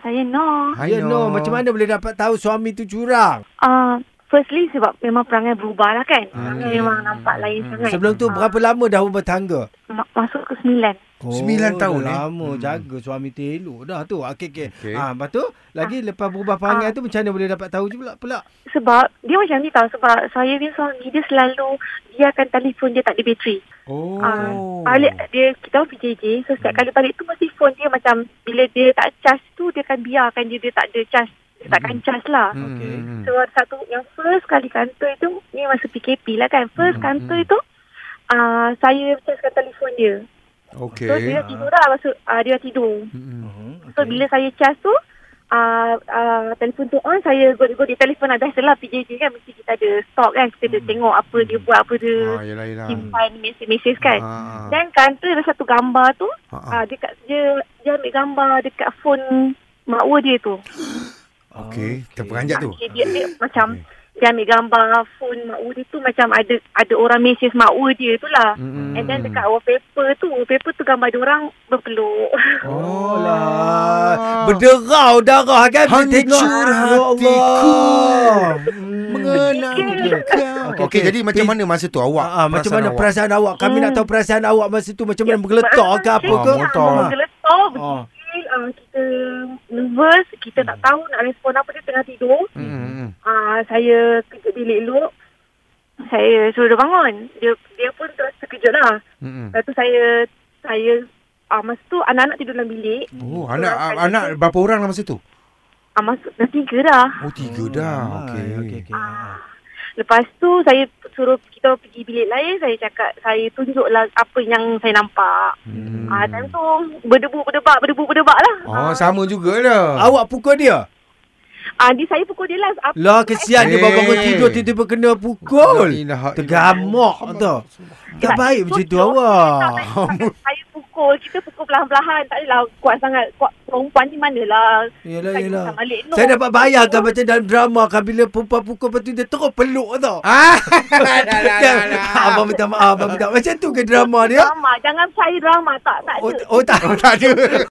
saya Noh. Ya no, macam mana boleh dapat tahu suami tu curang? Uh, firstly sebab memang perangai berubah lah kan. Ah, ya, Perangai memang nampak lain sangat. Sebelum tu Ah, berapa lama dah bertangga? ma- masuk ke sembilan. Sembilan tahun, dah eh? lama Hmm. jaga suami tu elok dah tu. Okey okey. Okey. Ah lepas tu lagi lepas berubah perangai Ah. tu macam mana boleh dapat tahu je pula pula. Sebab dia macam ni tau. Sebab saya ni suami dia selalu dia akan telefon dia tak ada bateri. Oh. Hmm. Ah, balik dia kita orang PJJ. So setiap kali balik tu mesti phone dia macam bila dia tak charge tu dia akan biarkan dia dia tak ada charge. Dia takkan Hmm. charge lah. Hmm, Okey. So satu yang first kali kantor itu ni masa PKP lah kan. First Hmm, kantor itu uh, saya charge telefon dia. Okey. Hmm, So dia tidur dah maksud uh, dia tidur. Mhm, So bila saya cas tu uh, uh, telefon tu on saya go-go di telefon lah biasalah PJJ kan mesti kita ada stok kan kita ada Hmm. tengok apa dia buat apa dia Ha, yelah, yelah. simpan mesej-mesej kan. Ah. Dan kantor ada satu gambar tu Ah, ah. uh, dekat dia dia ambil gambar dekat phone makwa dia tu. Ah, Okey, terperanjat tu. Okay, dia, dia macam dia ambil gambar phone makwa dia tu macam ada ada orang mesej makwa dia tu lah. Mm-mm. And then dekat wallpaper tu, wallpaper tu gambar dia orang berpeluk. Ah. Oh lah. Berderau darah kan bila tengok. Hancur Ya Allah. Hmm. Mengenang Okey. kau. Okey, okey. jadi macam mana masa tu awak? Ah, ah, macam mana awak? perasaan awak? Kami Hmm. nak tahu perasaan awak masa tu macam Ya, mana bergeletak ke apa Ah, ke? meletak. Ah. Geletor Ah. berfikir ah. kita nervous, kita tak tahu nak respon apa dia tengah tidur. Hmm, hmm, hmm. Ah, saya kejut bilik elok. Saya suruh dia bangun. Dia dia pun terus terkejut lah. Hmm, hmm. Lepas tu saya saya ah, masa tu anak-anak tidur dalam bilik. Oh, anak anak berapa orang dalam masa tu? Ah, masa dah tiga dah. Oh, tiga dah. Okey. Okey okey. Ah. Lepas tu saya suruh kita pergi bilik lain. Saya cakap saya tunjuklah apa yang saya nampak. Hmm. Ah, time tu berdebu berdebak berdebu berdebak lah. Oh, sama jugalah. Awak pukul dia? Ah, dia saya pukul dia lah. Apa Lah kesian dia bangun-bangun Eh. tidur tiba-tiba kena pukul. Innalillahi- Tergamak tu. Tak baik macam tu awak. Saya pukul, kita pukul perlahan-lahan. Tak adalah kuat sangat. Kuat perempuan ni manalah. Yalah Saya yalah. tak balik, no. Saya dapat bayangkan macam dalam drama kan bila perempuan pukul lepas tu dia terus peluk tau. Ah, dah, dah, dah, dah, dah. Abang minta maaf, abang minta maaf. Macam tu ke drama dia? Drama, jangan saya drama. Tak, tak Oh, ada. oh tak. Oh, tak ada.